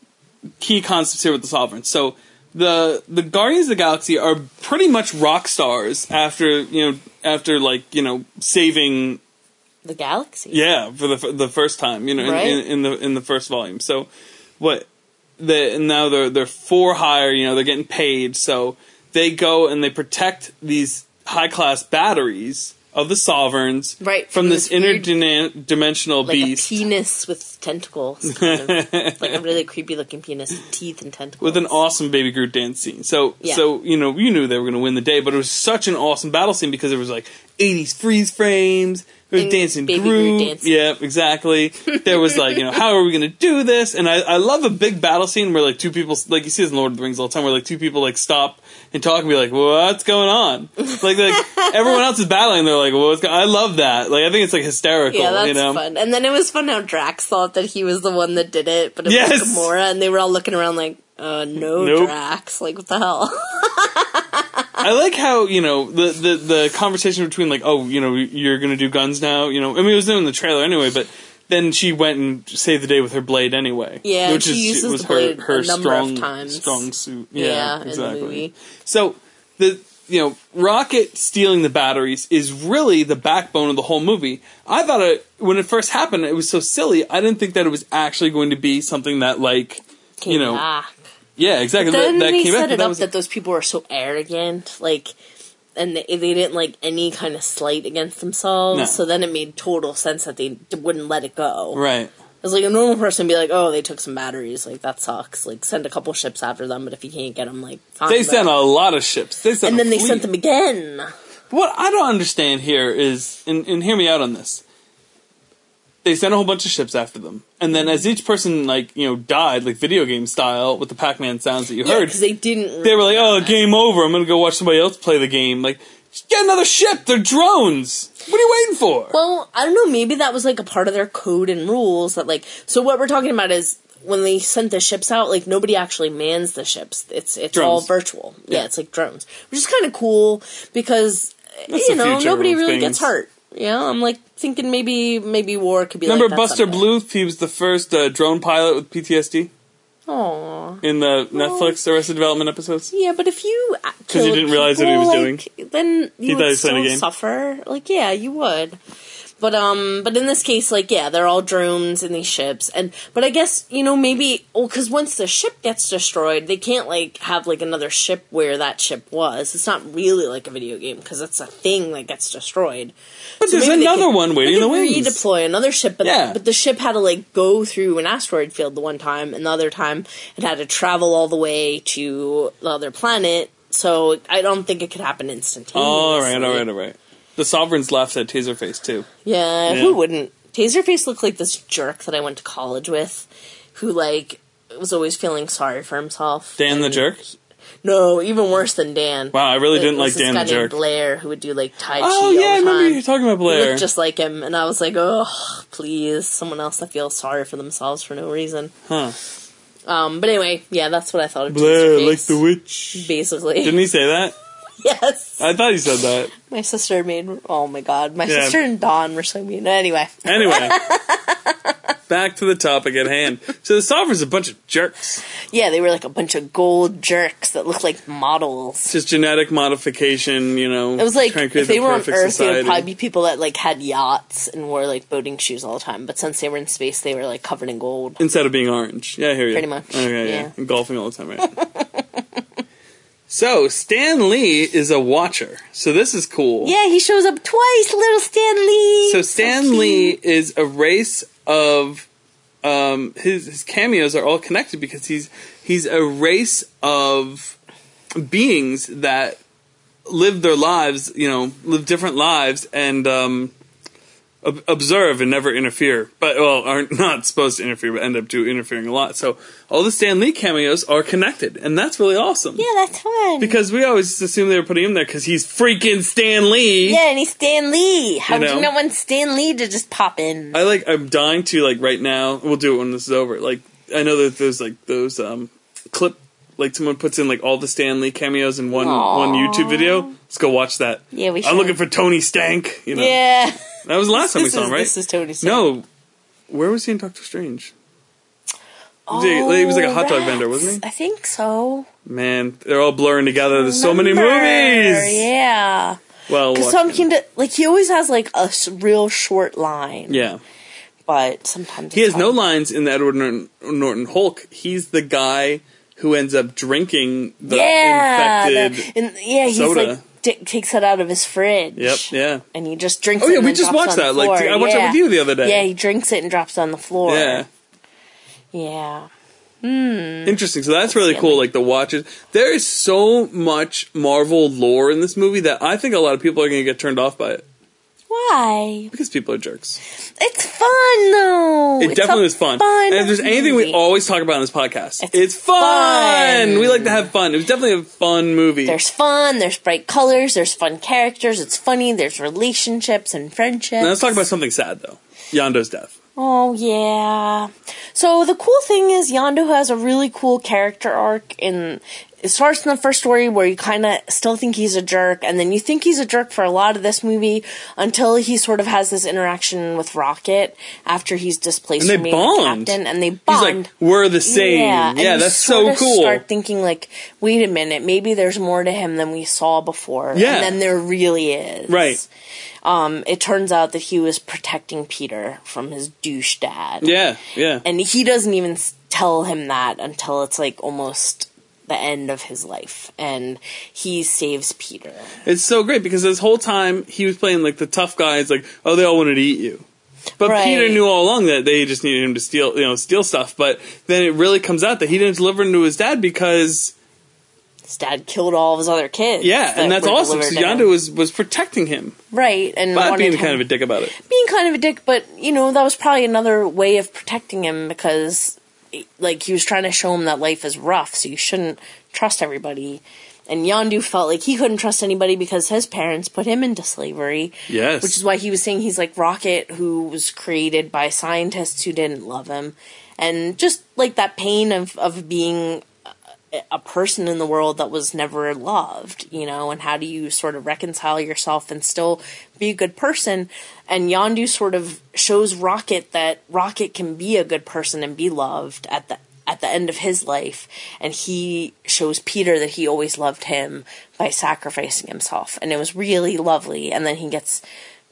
[SPEAKER 1] key concepts here with the Sovereign. So the the Guardians of the Galaxy are pretty much rock stars after you know after like you know saving
[SPEAKER 3] The galaxy.
[SPEAKER 1] yeah for the f- the first time you know in,
[SPEAKER 3] Right.
[SPEAKER 1] in, in the in the first volume. So what the and now they're they're for hire you know they're getting paid so they go and they protect these high class batteries of the sovereigns
[SPEAKER 3] Right,
[SPEAKER 1] from,
[SPEAKER 3] from
[SPEAKER 1] this,
[SPEAKER 3] this weird-
[SPEAKER 1] interdimensional
[SPEAKER 3] Like
[SPEAKER 1] beast
[SPEAKER 3] a penis with tentacles, kind of. like a really creepy looking penis, with teeth and tentacles.
[SPEAKER 1] with an awesome baby Groot dance scene. So
[SPEAKER 3] Yeah.
[SPEAKER 1] so you know you knew they were going to win the day, but it was such an awesome battle scene because it was like 80s freeze frames. It There was dancing
[SPEAKER 4] Baby
[SPEAKER 1] Groot.
[SPEAKER 4] Groot dancing.
[SPEAKER 1] Yep, exactly. There was like, you know, how are we going to do this? And I, I love a big battle scene where like two people, like you see this in Lord of the Rings all the time, where like two people like stop and talk and be like, what's going on? Like, like everyone else is battling. They're like, what's going I love that. Like, I think it's like hysterical,
[SPEAKER 3] Yeah, that's
[SPEAKER 1] you know?
[SPEAKER 3] fun. And then it was fun how Drax thought that he was the one that did it, but it
[SPEAKER 1] Yes!
[SPEAKER 3] was Gamora, and they were all looking around like, uh, no,
[SPEAKER 1] Nope.
[SPEAKER 3] Drax. Like, what the hell?
[SPEAKER 1] I like how you know the, the the conversation between like oh you know you're gonna do guns now you know I mean it was in the trailer anyway but then she went and saved the day with her blade anyway
[SPEAKER 3] Yeah, she uses the blade a number of
[SPEAKER 1] strong
[SPEAKER 3] times.
[SPEAKER 1] strong suit
[SPEAKER 3] Yeah,
[SPEAKER 1] yeah,
[SPEAKER 3] in the
[SPEAKER 1] exactly
[SPEAKER 3] movie.
[SPEAKER 1] so the you know Rocket stealing the batteries is really the backbone of the whole movie I thought it when it first happened it was so silly I didn't think that it was actually going to be something that like you know
[SPEAKER 4] back.
[SPEAKER 1] yeah exactly
[SPEAKER 4] Then
[SPEAKER 1] that, that
[SPEAKER 4] they
[SPEAKER 1] came
[SPEAKER 4] set
[SPEAKER 1] back, but
[SPEAKER 4] it
[SPEAKER 1] that
[SPEAKER 4] up
[SPEAKER 1] was-
[SPEAKER 4] that those people were so arrogant, like,
[SPEAKER 3] and they, they didn't like any kind of slight against themselves.
[SPEAKER 1] No.
[SPEAKER 3] So then it made total sense that they d- wouldn't let it go.
[SPEAKER 1] right
[SPEAKER 3] It was like a normal person would be like, "Oh, they took some batteries. Like that sucks. Like send a couple ships after them, but if you can't get them, like fine."
[SPEAKER 1] They
[SPEAKER 3] but-
[SPEAKER 1] sent a lot of ships. They sent
[SPEAKER 3] and
[SPEAKER 1] a
[SPEAKER 3] then they
[SPEAKER 1] fleet.
[SPEAKER 3] sent them again.
[SPEAKER 1] What I don't understand here is, and, and hear me out on this. They sent a whole bunch of ships after them, and then as each person like you know died, like video game style, with the Pac-Man sounds that you heard,
[SPEAKER 3] because they didn't.
[SPEAKER 1] they were like, "Oh, game over. I'm gonna go watch somebody else play the game." Like, "Just get another ship. They're drones. What are you waiting for?
[SPEAKER 3] well, I don't know. Maybe that was like a part of their code and rules that like. So what we're talking about is when they sent the ships out, like nobody actually mans the ships. It's it's all
[SPEAKER 1] Drones.
[SPEAKER 3] virtual. Yeah,
[SPEAKER 1] Yeah.
[SPEAKER 3] it's like drones, which is kind of cool because
[SPEAKER 1] That's
[SPEAKER 3] you
[SPEAKER 1] the
[SPEAKER 3] know
[SPEAKER 1] future
[SPEAKER 3] nobody
[SPEAKER 1] of
[SPEAKER 3] really
[SPEAKER 1] things.
[SPEAKER 3] gets hurt. Yeah, I'm like thinking maybe maybe war could be.
[SPEAKER 1] Remember
[SPEAKER 3] like that
[SPEAKER 1] Buster
[SPEAKER 3] someday.
[SPEAKER 1] Bluth? He was the first uh, drone pilot with PTSD
[SPEAKER 3] Aw.
[SPEAKER 1] in the Netflix Arrested Development episodes.
[SPEAKER 3] Yeah, but if you uh, because
[SPEAKER 1] he didn't realize what he was
[SPEAKER 3] doing, then you
[SPEAKER 1] thought he
[SPEAKER 3] would
[SPEAKER 1] was playing a
[SPEAKER 3] still
[SPEAKER 1] game.
[SPEAKER 3] suffer. Like, yeah, you would. But um, but in this case, like, yeah, they're all drones in these ships, and but I guess you know maybe well because once the ship gets destroyed, they can't like have like another ship where that ship was. It's not really like a video game because it's a thing that gets destroyed.
[SPEAKER 1] But there's
[SPEAKER 3] maybe they
[SPEAKER 1] another
[SPEAKER 3] could-
[SPEAKER 1] one waiting
[SPEAKER 3] they
[SPEAKER 1] in the
[SPEAKER 3] could
[SPEAKER 1] wings.
[SPEAKER 3] Redeploy another ship, but
[SPEAKER 1] Yeah.
[SPEAKER 3] but the ship had to like go through an asteroid field the one time, and the other time it had to travel all the way to the other planet. So I don't think it could happen instantaneously.
[SPEAKER 1] All right, all right, all right. The Sovereign's laughs at Taserface too.
[SPEAKER 3] Yeah,
[SPEAKER 1] Yeah.
[SPEAKER 3] who wouldn't? Taserface looked like this jerk that I went to college with, who like was always feeling sorry for himself.
[SPEAKER 1] Dan the
[SPEAKER 3] And-
[SPEAKER 1] Jerk.
[SPEAKER 3] No, even worse than Dan.
[SPEAKER 1] Wow, I really
[SPEAKER 3] It
[SPEAKER 1] didn't
[SPEAKER 3] was
[SPEAKER 1] like
[SPEAKER 3] this
[SPEAKER 1] Dan
[SPEAKER 3] guy
[SPEAKER 1] the
[SPEAKER 3] named
[SPEAKER 1] Jerk.
[SPEAKER 3] Blair who would do like Tai Chi.
[SPEAKER 1] Oh
[SPEAKER 3] all
[SPEAKER 1] yeah, I
[SPEAKER 3] the
[SPEAKER 1] remember
[SPEAKER 3] time.
[SPEAKER 1] you talking about
[SPEAKER 3] He
[SPEAKER 1] Blair.
[SPEAKER 3] looked just like him, and I was like, oh, please, someone else that feels sorry for themselves for no reason.
[SPEAKER 1] huh.
[SPEAKER 3] Um, but anyway, yeah, that's what I thought of
[SPEAKER 1] Blair,
[SPEAKER 3] Taserface,
[SPEAKER 1] like the witch.
[SPEAKER 3] basically.
[SPEAKER 1] Didn't he say that?
[SPEAKER 3] yes,
[SPEAKER 1] I thought he said that.
[SPEAKER 3] my sister made. Oh my god, my
[SPEAKER 1] Yeah.
[SPEAKER 3] sister and Don were so mean. Anyway,
[SPEAKER 1] Anyway, back to the topic at hand. So the Sovereign's a bunch of jerks.
[SPEAKER 3] yeah, they were like a bunch of gold jerks that looked like models.
[SPEAKER 1] Just genetic modification, you know.
[SPEAKER 3] It was like if they were on Earth, they would probably be people that like had yachts and wore like boating shoes all the time. But since they were in space, they were like covered in gold.
[SPEAKER 1] instead of being orange. Yeah, I hear you.
[SPEAKER 3] Pretty much,
[SPEAKER 1] Okay, yeah.
[SPEAKER 3] yeah.
[SPEAKER 1] And golfing all the time, right? so Stan Lee is a watcher. So this is cool.
[SPEAKER 3] Yeah, he shows up twice, little Stanley.
[SPEAKER 1] So Stan Lee is a race of um, his his cameos are all connected because he's he's a race of beings that live their lives, you know, live different lives and um, ob- observe and never interfere. But well, are not supposed to interfere, but end up do interfering a lot. So all the Stan Lee cameos are connected, and that's really awesome.
[SPEAKER 3] Yeah, that's fun.
[SPEAKER 1] Because we always just assumed they were putting him there because he's freaking Stan Lee.
[SPEAKER 3] yeah, and he's Stan Lee. How
[SPEAKER 1] You
[SPEAKER 3] would
[SPEAKER 1] know?
[SPEAKER 3] you not want Stan Lee to just pop in?
[SPEAKER 1] I like. I'm dying to like right now. We'll do it when this is over. Like I know that there's like those um clip. Like someone puts in like all the Stanley cameos in one
[SPEAKER 3] Aw.
[SPEAKER 1] one YouTube video. Let's go watch that.
[SPEAKER 3] Yeah, we
[SPEAKER 1] I'm
[SPEAKER 3] should.
[SPEAKER 1] looking for Tony Stank. You know,
[SPEAKER 3] yeah,
[SPEAKER 1] that was the last time we
[SPEAKER 3] this,
[SPEAKER 1] saw
[SPEAKER 3] is,
[SPEAKER 1] him, right?
[SPEAKER 3] this is Tony. Stark.
[SPEAKER 1] no, where was he in Doctor Strange? Was he- he was like a hot dog
[SPEAKER 3] Oh, rats.
[SPEAKER 1] vendor, wasn't
[SPEAKER 3] I think so.
[SPEAKER 1] he? Man, they're all blurring together. There's so many
[SPEAKER 3] Remember,
[SPEAKER 1] movies.
[SPEAKER 3] Yeah,
[SPEAKER 1] Well,
[SPEAKER 3] because
[SPEAKER 1] watch
[SPEAKER 3] some
[SPEAKER 1] them.
[SPEAKER 3] can like he always has like a s- real short line,
[SPEAKER 1] yeah.
[SPEAKER 3] but sometimes
[SPEAKER 1] He
[SPEAKER 3] it's
[SPEAKER 1] has no
[SPEAKER 3] hard.
[SPEAKER 1] lines in the Edward Norton, Norton Hulk. He's the guy who ends up drinking the
[SPEAKER 3] yeah, the-
[SPEAKER 1] infected
[SPEAKER 3] and yeah, he's
[SPEAKER 1] soda.
[SPEAKER 3] like di takes it out of his fridge.
[SPEAKER 1] Yep. Yeah.
[SPEAKER 3] and he just drinks.
[SPEAKER 1] Oh,
[SPEAKER 3] it
[SPEAKER 1] yeah,
[SPEAKER 3] and
[SPEAKER 1] we
[SPEAKER 3] then
[SPEAKER 1] just
[SPEAKER 3] drops
[SPEAKER 1] watched
[SPEAKER 3] it on the
[SPEAKER 1] that, like,
[SPEAKER 3] floor.
[SPEAKER 1] I watched that
[SPEAKER 3] yeah.
[SPEAKER 1] with you the other day.
[SPEAKER 3] Yeah, he drinks it and drops it on the floor.
[SPEAKER 1] Yeah.
[SPEAKER 3] yeah.
[SPEAKER 1] Mm-hmm. Interesting. So that's really cool. Like the watches. There is so much Marvel lore in this movie that I think a lot of people are going to get turned off by it.
[SPEAKER 3] Why?
[SPEAKER 1] because people are jerks.
[SPEAKER 3] It's fun though.
[SPEAKER 1] It
[SPEAKER 3] Oh, It's
[SPEAKER 1] definitely
[SPEAKER 3] a
[SPEAKER 1] is fun.
[SPEAKER 3] fun
[SPEAKER 1] and if there's anything we
[SPEAKER 3] movie.
[SPEAKER 1] always talk about in this podcast, it's,
[SPEAKER 3] It's
[SPEAKER 1] fun.
[SPEAKER 3] fun.
[SPEAKER 1] We like to have fun. It was definitely a fun movie.
[SPEAKER 3] There's fun. There's bright colors. There's fun characters. It's funny. There's relationships and friendships.
[SPEAKER 1] now let's talk about something sad though. Yando's death.
[SPEAKER 3] Oh yeah. So the cool thing is Yondu has a really cool character arc in it starts in the first story where you kind of still think he's a jerk and then you think he's a jerk for a lot of this movie until he sort of has this interaction with Rocket after he's displaced
[SPEAKER 1] And they
[SPEAKER 3] from being the
[SPEAKER 1] bond.
[SPEAKER 3] captain and they
[SPEAKER 1] He's
[SPEAKER 3] bond.
[SPEAKER 1] like, we're the same. Yeah,
[SPEAKER 3] and you
[SPEAKER 1] that's
[SPEAKER 3] sort
[SPEAKER 1] so
[SPEAKER 3] of
[SPEAKER 1] cool.
[SPEAKER 3] Start thinking like, wait a minute, maybe there's more to him than we saw before.
[SPEAKER 1] Yeah.
[SPEAKER 3] and then there really is.
[SPEAKER 1] Right.
[SPEAKER 3] Um, it turns out that he was protecting Peter from his douche dad.
[SPEAKER 1] yeah, yeah.
[SPEAKER 3] And he doesn't even s- tell him that until it's like almost the end of his life, and he saves Peter.
[SPEAKER 1] It's so great because this whole time he was playing like the tough guy. It's like, oh, they all wanted to eat you. But
[SPEAKER 3] Right.
[SPEAKER 1] Peter knew all along that they just needed him to steal, you know, steal stuff. But then it really comes out that he didn't deliver him to his dad because,
[SPEAKER 3] His dad killed all of his other kids.
[SPEAKER 1] yeah, and that's
[SPEAKER 3] were
[SPEAKER 1] awesome. So
[SPEAKER 3] delivered to him.
[SPEAKER 1] Yondu was was protecting him
[SPEAKER 3] right, and
[SPEAKER 1] by
[SPEAKER 3] wanted
[SPEAKER 1] being
[SPEAKER 3] him-
[SPEAKER 1] kind of a dick about it.
[SPEAKER 3] being kind of a dick, but you know that was probably another way of protecting him because, like, he was trying to show him that life is rough, so you shouldn't trust everybody. And Yondu felt like he couldn't trust anybody because his parents put him into slavery.
[SPEAKER 1] Yes.
[SPEAKER 3] which is why he was saying he's like Rocket, who was created by scientists who didn't love him, and just like that pain of of being a person in the world that was never loved, you know, and how do you sort of reconcile yourself and still be a good person? And Yondu sort of shows Rocket that Rocket can be a good person and be loved at the at the end of his life, and he shows Peter that he always loved him by sacrificing himself, and it was really lovely. And then he gets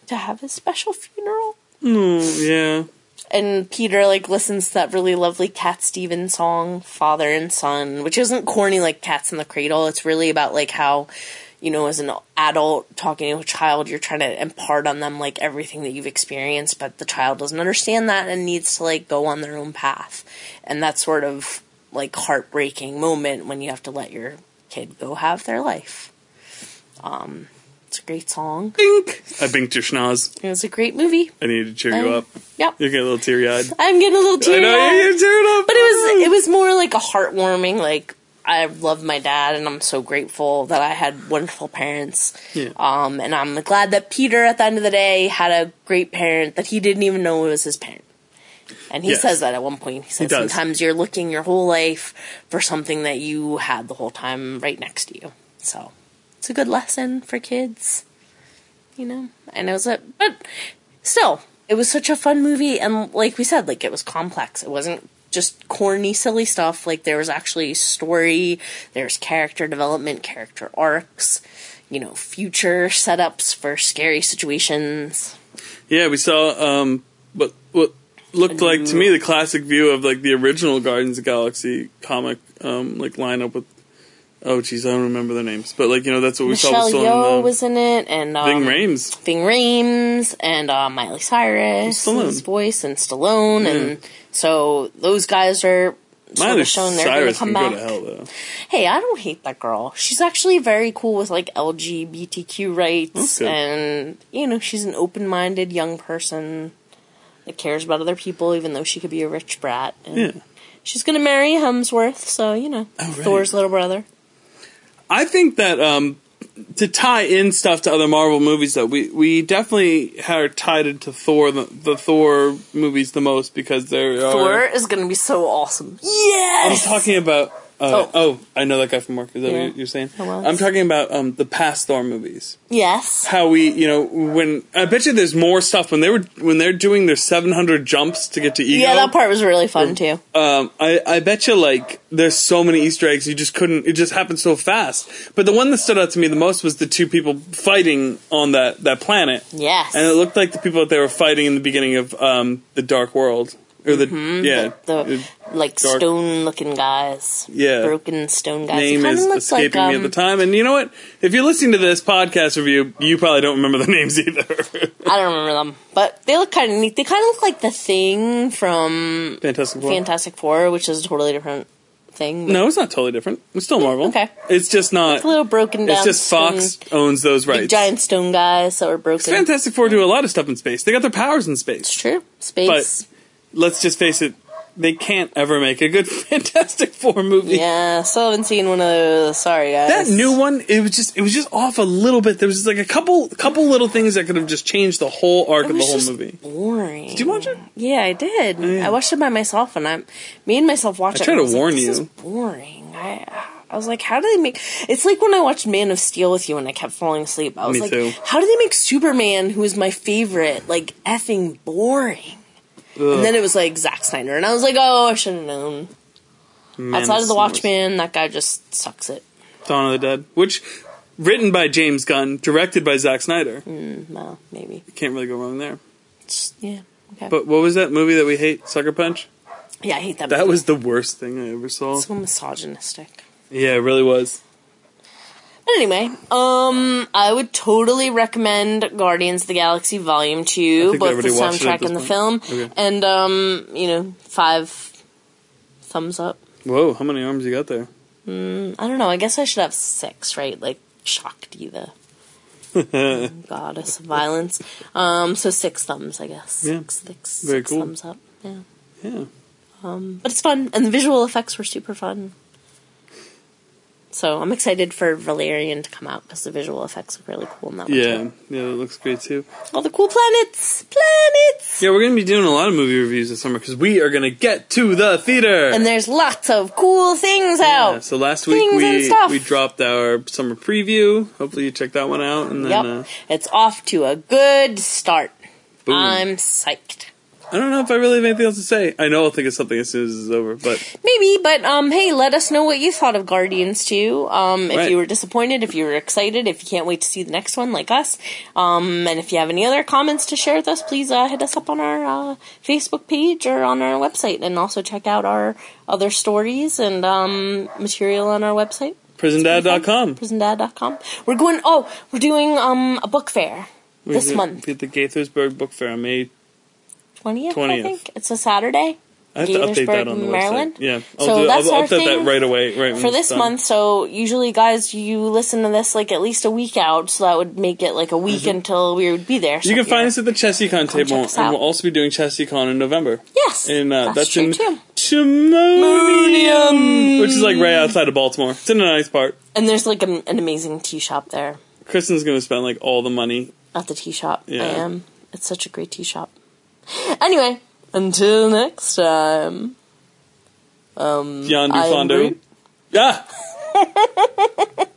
[SPEAKER 3] to have his special funeral,
[SPEAKER 1] Yeah.
[SPEAKER 3] and Peter like listens to that really lovely Cat Stevens song, Father and Son, which isn't corny like Cats in the Cradle. It's really about like how, you know, as an adult talking to a child, you're trying to impart on them like everything that you've experienced, but the child doesn't understand that and needs to like go on their own path. And that's sort of like heartbreaking moment when you have to let your kid go have their life. Um it's a great song.
[SPEAKER 1] Bink. I binked your schnoz.
[SPEAKER 3] It was a great movie.
[SPEAKER 1] I needed to cheer you up.
[SPEAKER 3] Yep.
[SPEAKER 1] You're getting a little teary eyed.
[SPEAKER 3] I'm getting a little
[SPEAKER 1] I
[SPEAKER 3] teary.
[SPEAKER 1] know you're teared up.
[SPEAKER 3] But it was it was more like a heartwarming like I love my dad and I'm so grateful that I had wonderful parents.
[SPEAKER 1] Yeah.
[SPEAKER 3] Um and I'm glad that Peter at the end of the day had a great parent that he didn't even know was his parent. And he
[SPEAKER 1] Yes.
[SPEAKER 3] says that at one point. He says
[SPEAKER 1] does.
[SPEAKER 3] sometimes you're looking your whole life for something that you had the whole time right next to you. So it's a good lesson for kids. You know? And it was a but still, it was such a fun movie, and like we said, like it was complex. It wasn't just corny, silly stuff. Like there was actually story, there's character development, character arcs, you know, future setups for scary situations.
[SPEAKER 1] Yeah, we saw um, what what looked like to me the classic view of like the original Guardians of the Galaxy comic um, like lineup with. Oh, jeez, I don't remember their names, but like you know, that's what we saw.
[SPEAKER 3] Michelle
[SPEAKER 1] Was still in
[SPEAKER 3] Yeoh
[SPEAKER 1] the,
[SPEAKER 3] was in it, and um,
[SPEAKER 1] Ving Rhames.
[SPEAKER 3] Ving Rhames and uh, Miley Cyrus,
[SPEAKER 1] Stallone.
[SPEAKER 3] his voice, and Stallone, and so those guys are sort
[SPEAKER 1] Miley
[SPEAKER 3] of showing they're going to
[SPEAKER 1] Cyrus can
[SPEAKER 3] come back.
[SPEAKER 1] go to hell though.
[SPEAKER 3] hey, I don't hate that girl. She's actually very cool with like LGBTQ
[SPEAKER 1] That's
[SPEAKER 3] rights,
[SPEAKER 1] good.
[SPEAKER 3] and you know, she's an open minded young person that cares about other people, even though she could be a rich brat. And
[SPEAKER 1] Yeah, Oh,
[SPEAKER 3] She's gonna marry Hemsworth, so you know,
[SPEAKER 1] right.
[SPEAKER 3] Thor's little brother.
[SPEAKER 1] I think that um, to tie in stuff to other Marvel movies, though, we we definitely are tied into Thor, the, the Thor movies the most because there are.
[SPEAKER 3] Thor is gonna be so awesome.
[SPEAKER 1] I'm
[SPEAKER 3] Yes.
[SPEAKER 1] talking about. Uh, oh.
[SPEAKER 3] Oh.
[SPEAKER 1] I know that guy from work. Is that
[SPEAKER 3] Yeah.
[SPEAKER 1] what you're saying?
[SPEAKER 3] I was.
[SPEAKER 1] I'm talking about um, the past Thor movies.
[SPEAKER 3] Yes.
[SPEAKER 1] How we, you know, when I bet you there's more stuff when they were when they're doing their 700 jumps to get to Ego.
[SPEAKER 3] Yeah, that part was really fun too.
[SPEAKER 1] Um, I I bet you like there's so many Easter eggs you just couldn't. It just happened so fast. But the one that stood out to me the most was the two people fighting on that that planet.
[SPEAKER 3] Yes.
[SPEAKER 1] And it looked like the people that they were fighting in the beginning of um, the Dark World or the yeah
[SPEAKER 3] Mm-hmm. the like
[SPEAKER 1] dark-
[SPEAKER 3] stone looking guys.
[SPEAKER 1] Yeah.
[SPEAKER 3] Broken stone guys. It
[SPEAKER 1] name
[SPEAKER 3] kinda
[SPEAKER 1] is
[SPEAKER 3] looks
[SPEAKER 1] escaping me at
[SPEAKER 3] um,
[SPEAKER 1] the time. And you know what? If you're listening to this podcast review, you probably don't remember the names either.
[SPEAKER 3] I don't remember them, but they look kind of neat. They kind of look like the thing from
[SPEAKER 1] Fantastic. Four.
[SPEAKER 3] Fantastic Four, which is a totally different thing. but
[SPEAKER 1] No, it's not totally different. It's still Marvel.
[SPEAKER 3] okay.
[SPEAKER 1] It's just not.
[SPEAKER 3] It's a little broken down.
[SPEAKER 1] It's just Fox
[SPEAKER 3] stone-
[SPEAKER 1] owns those
[SPEAKER 3] big
[SPEAKER 1] rights.
[SPEAKER 3] giant stone guys that were broken.
[SPEAKER 1] Fantastic Four do a lot of stuff in space. They got their powers in space.
[SPEAKER 3] It's true. Space.
[SPEAKER 1] Let's just face it, they can't ever make a good Fantastic Four movie.
[SPEAKER 3] yeah, still haven't seen one of those. Sorry, guys.
[SPEAKER 1] That new one, it was just it was just off a little bit. There was just like a couple couple little things that could have just changed the whole arc
[SPEAKER 3] It
[SPEAKER 1] of the
[SPEAKER 3] was
[SPEAKER 1] whole
[SPEAKER 3] just
[SPEAKER 1] movie.
[SPEAKER 3] Boring. Did
[SPEAKER 1] you watch it? Oh,
[SPEAKER 3] Yeah, I did. I watched it by myself, and I'm me and myself watched
[SPEAKER 1] I
[SPEAKER 3] it.
[SPEAKER 1] tried
[SPEAKER 3] and
[SPEAKER 1] to
[SPEAKER 3] was like,
[SPEAKER 1] warn
[SPEAKER 3] this
[SPEAKER 1] you.
[SPEAKER 3] Is boring. I I was like, how do they make? It's like when I watched Man of Steel with you, and I kept falling asleep. I was
[SPEAKER 1] Me
[SPEAKER 3] like,
[SPEAKER 1] too.
[SPEAKER 3] how do they make Superman, who is my favorite, like effing boring? And then it was like Zack Snyder, and I was like, oh, I should have known. Outside of the Watchmen, that guy just sucks it.
[SPEAKER 1] Dawn of the Dead, which written by James Gunn, directed by Zack Snyder.
[SPEAKER 3] Well, maybe.
[SPEAKER 1] Can't really go wrong there.
[SPEAKER 3] It's- yeah. Okay.
[SPEAKER 1] But what was that movie that we hate? Sucker Punch.
[SPEAKER 3] yeah, I hate that.
[SPEAKER 1] That
[SPEAKER 3] movie.
[SPEAKER 1] was the worst thing I ever saw.
[SPEAKER 3] so misogynistic.
[SPEAKER 1] Yeah, it really was.
[SPEAKER 3] But anyway, um, I would totally recommend Guardians of the Galaxy Volume Two,
[SPEAKER 1] think
[SPEAKER 3] both the
[SPEAKER 1] everybody watched it at
[SPEAKER 3] soundtrack
[SPEAKER 1] this
[SPEAKER 3] and the
[SPEAKER 1] point.
[SPEAKER 3] film,
[SPEAKER 1] Okay.
[SPEAKER 3] and um, you know, five thumbs up. Mm,
[SPEAKER 1] Whoa, how many arms you got there?
[SPEAKER 3] I don't know. I guess I should have six, right? Like Shakti, the goddess of violence. Um, so six thumbs, I guess.
[SPEAKER 1] Yeah.
[SPEAKER 3] Six, six,
[SPEAKER 1] Very
[SPEAKER 3] six
[SPEAKER 1] cool.
[SPEAKER 3] thumbs up. Yeah,
[SPEAKER 1] Yeah.
[SPEAKER 3] but it's fun, and the visual effects were super fun. So I'm excited for Valerian to come out because the visual effects look really cool in that one.
[SPEAKER 1] Yeah, yeah, that looks great too.
[SPEAKER 3] All the cool planets, planets,
[SPEAKER 1] Yeah, we're gonna be doing a lot of movie reviews this summer because we are gonna get to the theater.
[SPEAKER 3] and there's lots of cool things
[SPEAKER 1] yeah,
[SPEAKER 3] out.
[SPEAKER 1] so last week
[SPEAKER 3] Things and
[SPEAKER 1] we
[SPEAKER 3] stuff.
[SPEAKER 1] we dropped our summer preview. Hopefully you check that one out, and then
[SPEAKER 3] yep,
[SPEAKER 1] uh,
[SPEAKER 3] it's off to a good start.
[SPEAKER 1] boom.
[SPEAKER 3] I'm psyched.
[SPEAKER 1] I don't know if I really have anything else to say. I know I'll think of something as soon as this is over, but
[SPEAKER 3] Maybe, but um, hey, let us know what you thought of Guardians too. Um, if
[SPEAKER 1] Right.
[SPEAKER 3] you were disappointed, if you were excited, if you can't wait to see the next one, like us. Um, and if you have any other comments to share with us, please uh, hit us up on our uh, Facebook page or on our website, and also check out our other stories and um, material on our website.
[SPEAKER 1] prisondad.com.
[SPEAKER 3] prisondad.com. We're going. Oh, we're doing um a book fair this
[SPEAKER 1] We're
[SPEAKER 3] month,
[SPEAKER 1] at the Gaithersburg Book Fair on May.
[SPEAKER 3] twentieth. I
[SPEAKER 1] 20th.
[SPEAKER 3] think it's a Saturday
[SPEAKER 1] I have to update that
[SPEAKER 3] Gaithersburg,
[SPEAKER 1] on the
[SPEAKER 3] Maryland?
[SPEAKER 1] website. Yeah, I'll,
[SPEAKER 3] So
[SPEAKER 1] do,
[SPEAKER 3] that's
[SPEAKER 1] I'll
[SPEAKER 3] our
[SPEAKER 1] update that
[SPEAKER 3] thing
[SPEAKER 1] right away. Right
[SPEAKER 3] for this month. So usually, guys, you listen to this like at least a week out, so that would make it like a week until we would be there.
[SPEAKER 1] Mm-hmm.
[SPEAKER 3] So
[SPEAKER 1] You can
[SPEAKER 3] if you're-
[SPEAKER 1] find us at the ChessyCon table,
[SPEAKER 3] check
[SPEAKER 1] and
[SPEAKER 3] us out.
[SPEAKER 1] we'll also be doing ChessyCon in November.
[SPEAKER 3] Yes,
[SPEAKER 1] And uh, that's,
[SPEAKER 3] that's, true
[SPEAKER 1] in
[SPEAKER 3] too.
[SPEAKER 1] Timonium, which is like right outside of Baltimore. It's in a nice part.
[SPEAKER 3] And there's like a, an amazing tea shop there
[SPEAKER 1] Kristen's gonna spend like all the money.
[SPEAKER 3] at the tea shop.
[SPEAKER 1] Yeah.
[SPEAKER 3] I am. It's such a great tea shop. Anyway, until next time.
[SPEAKER 1] Yonder
[SPEAKER 3] I am
[SPEAKER 1] Fondo.
[SPEAKER 3] Groot.
[SPEAKER 1] Yeah.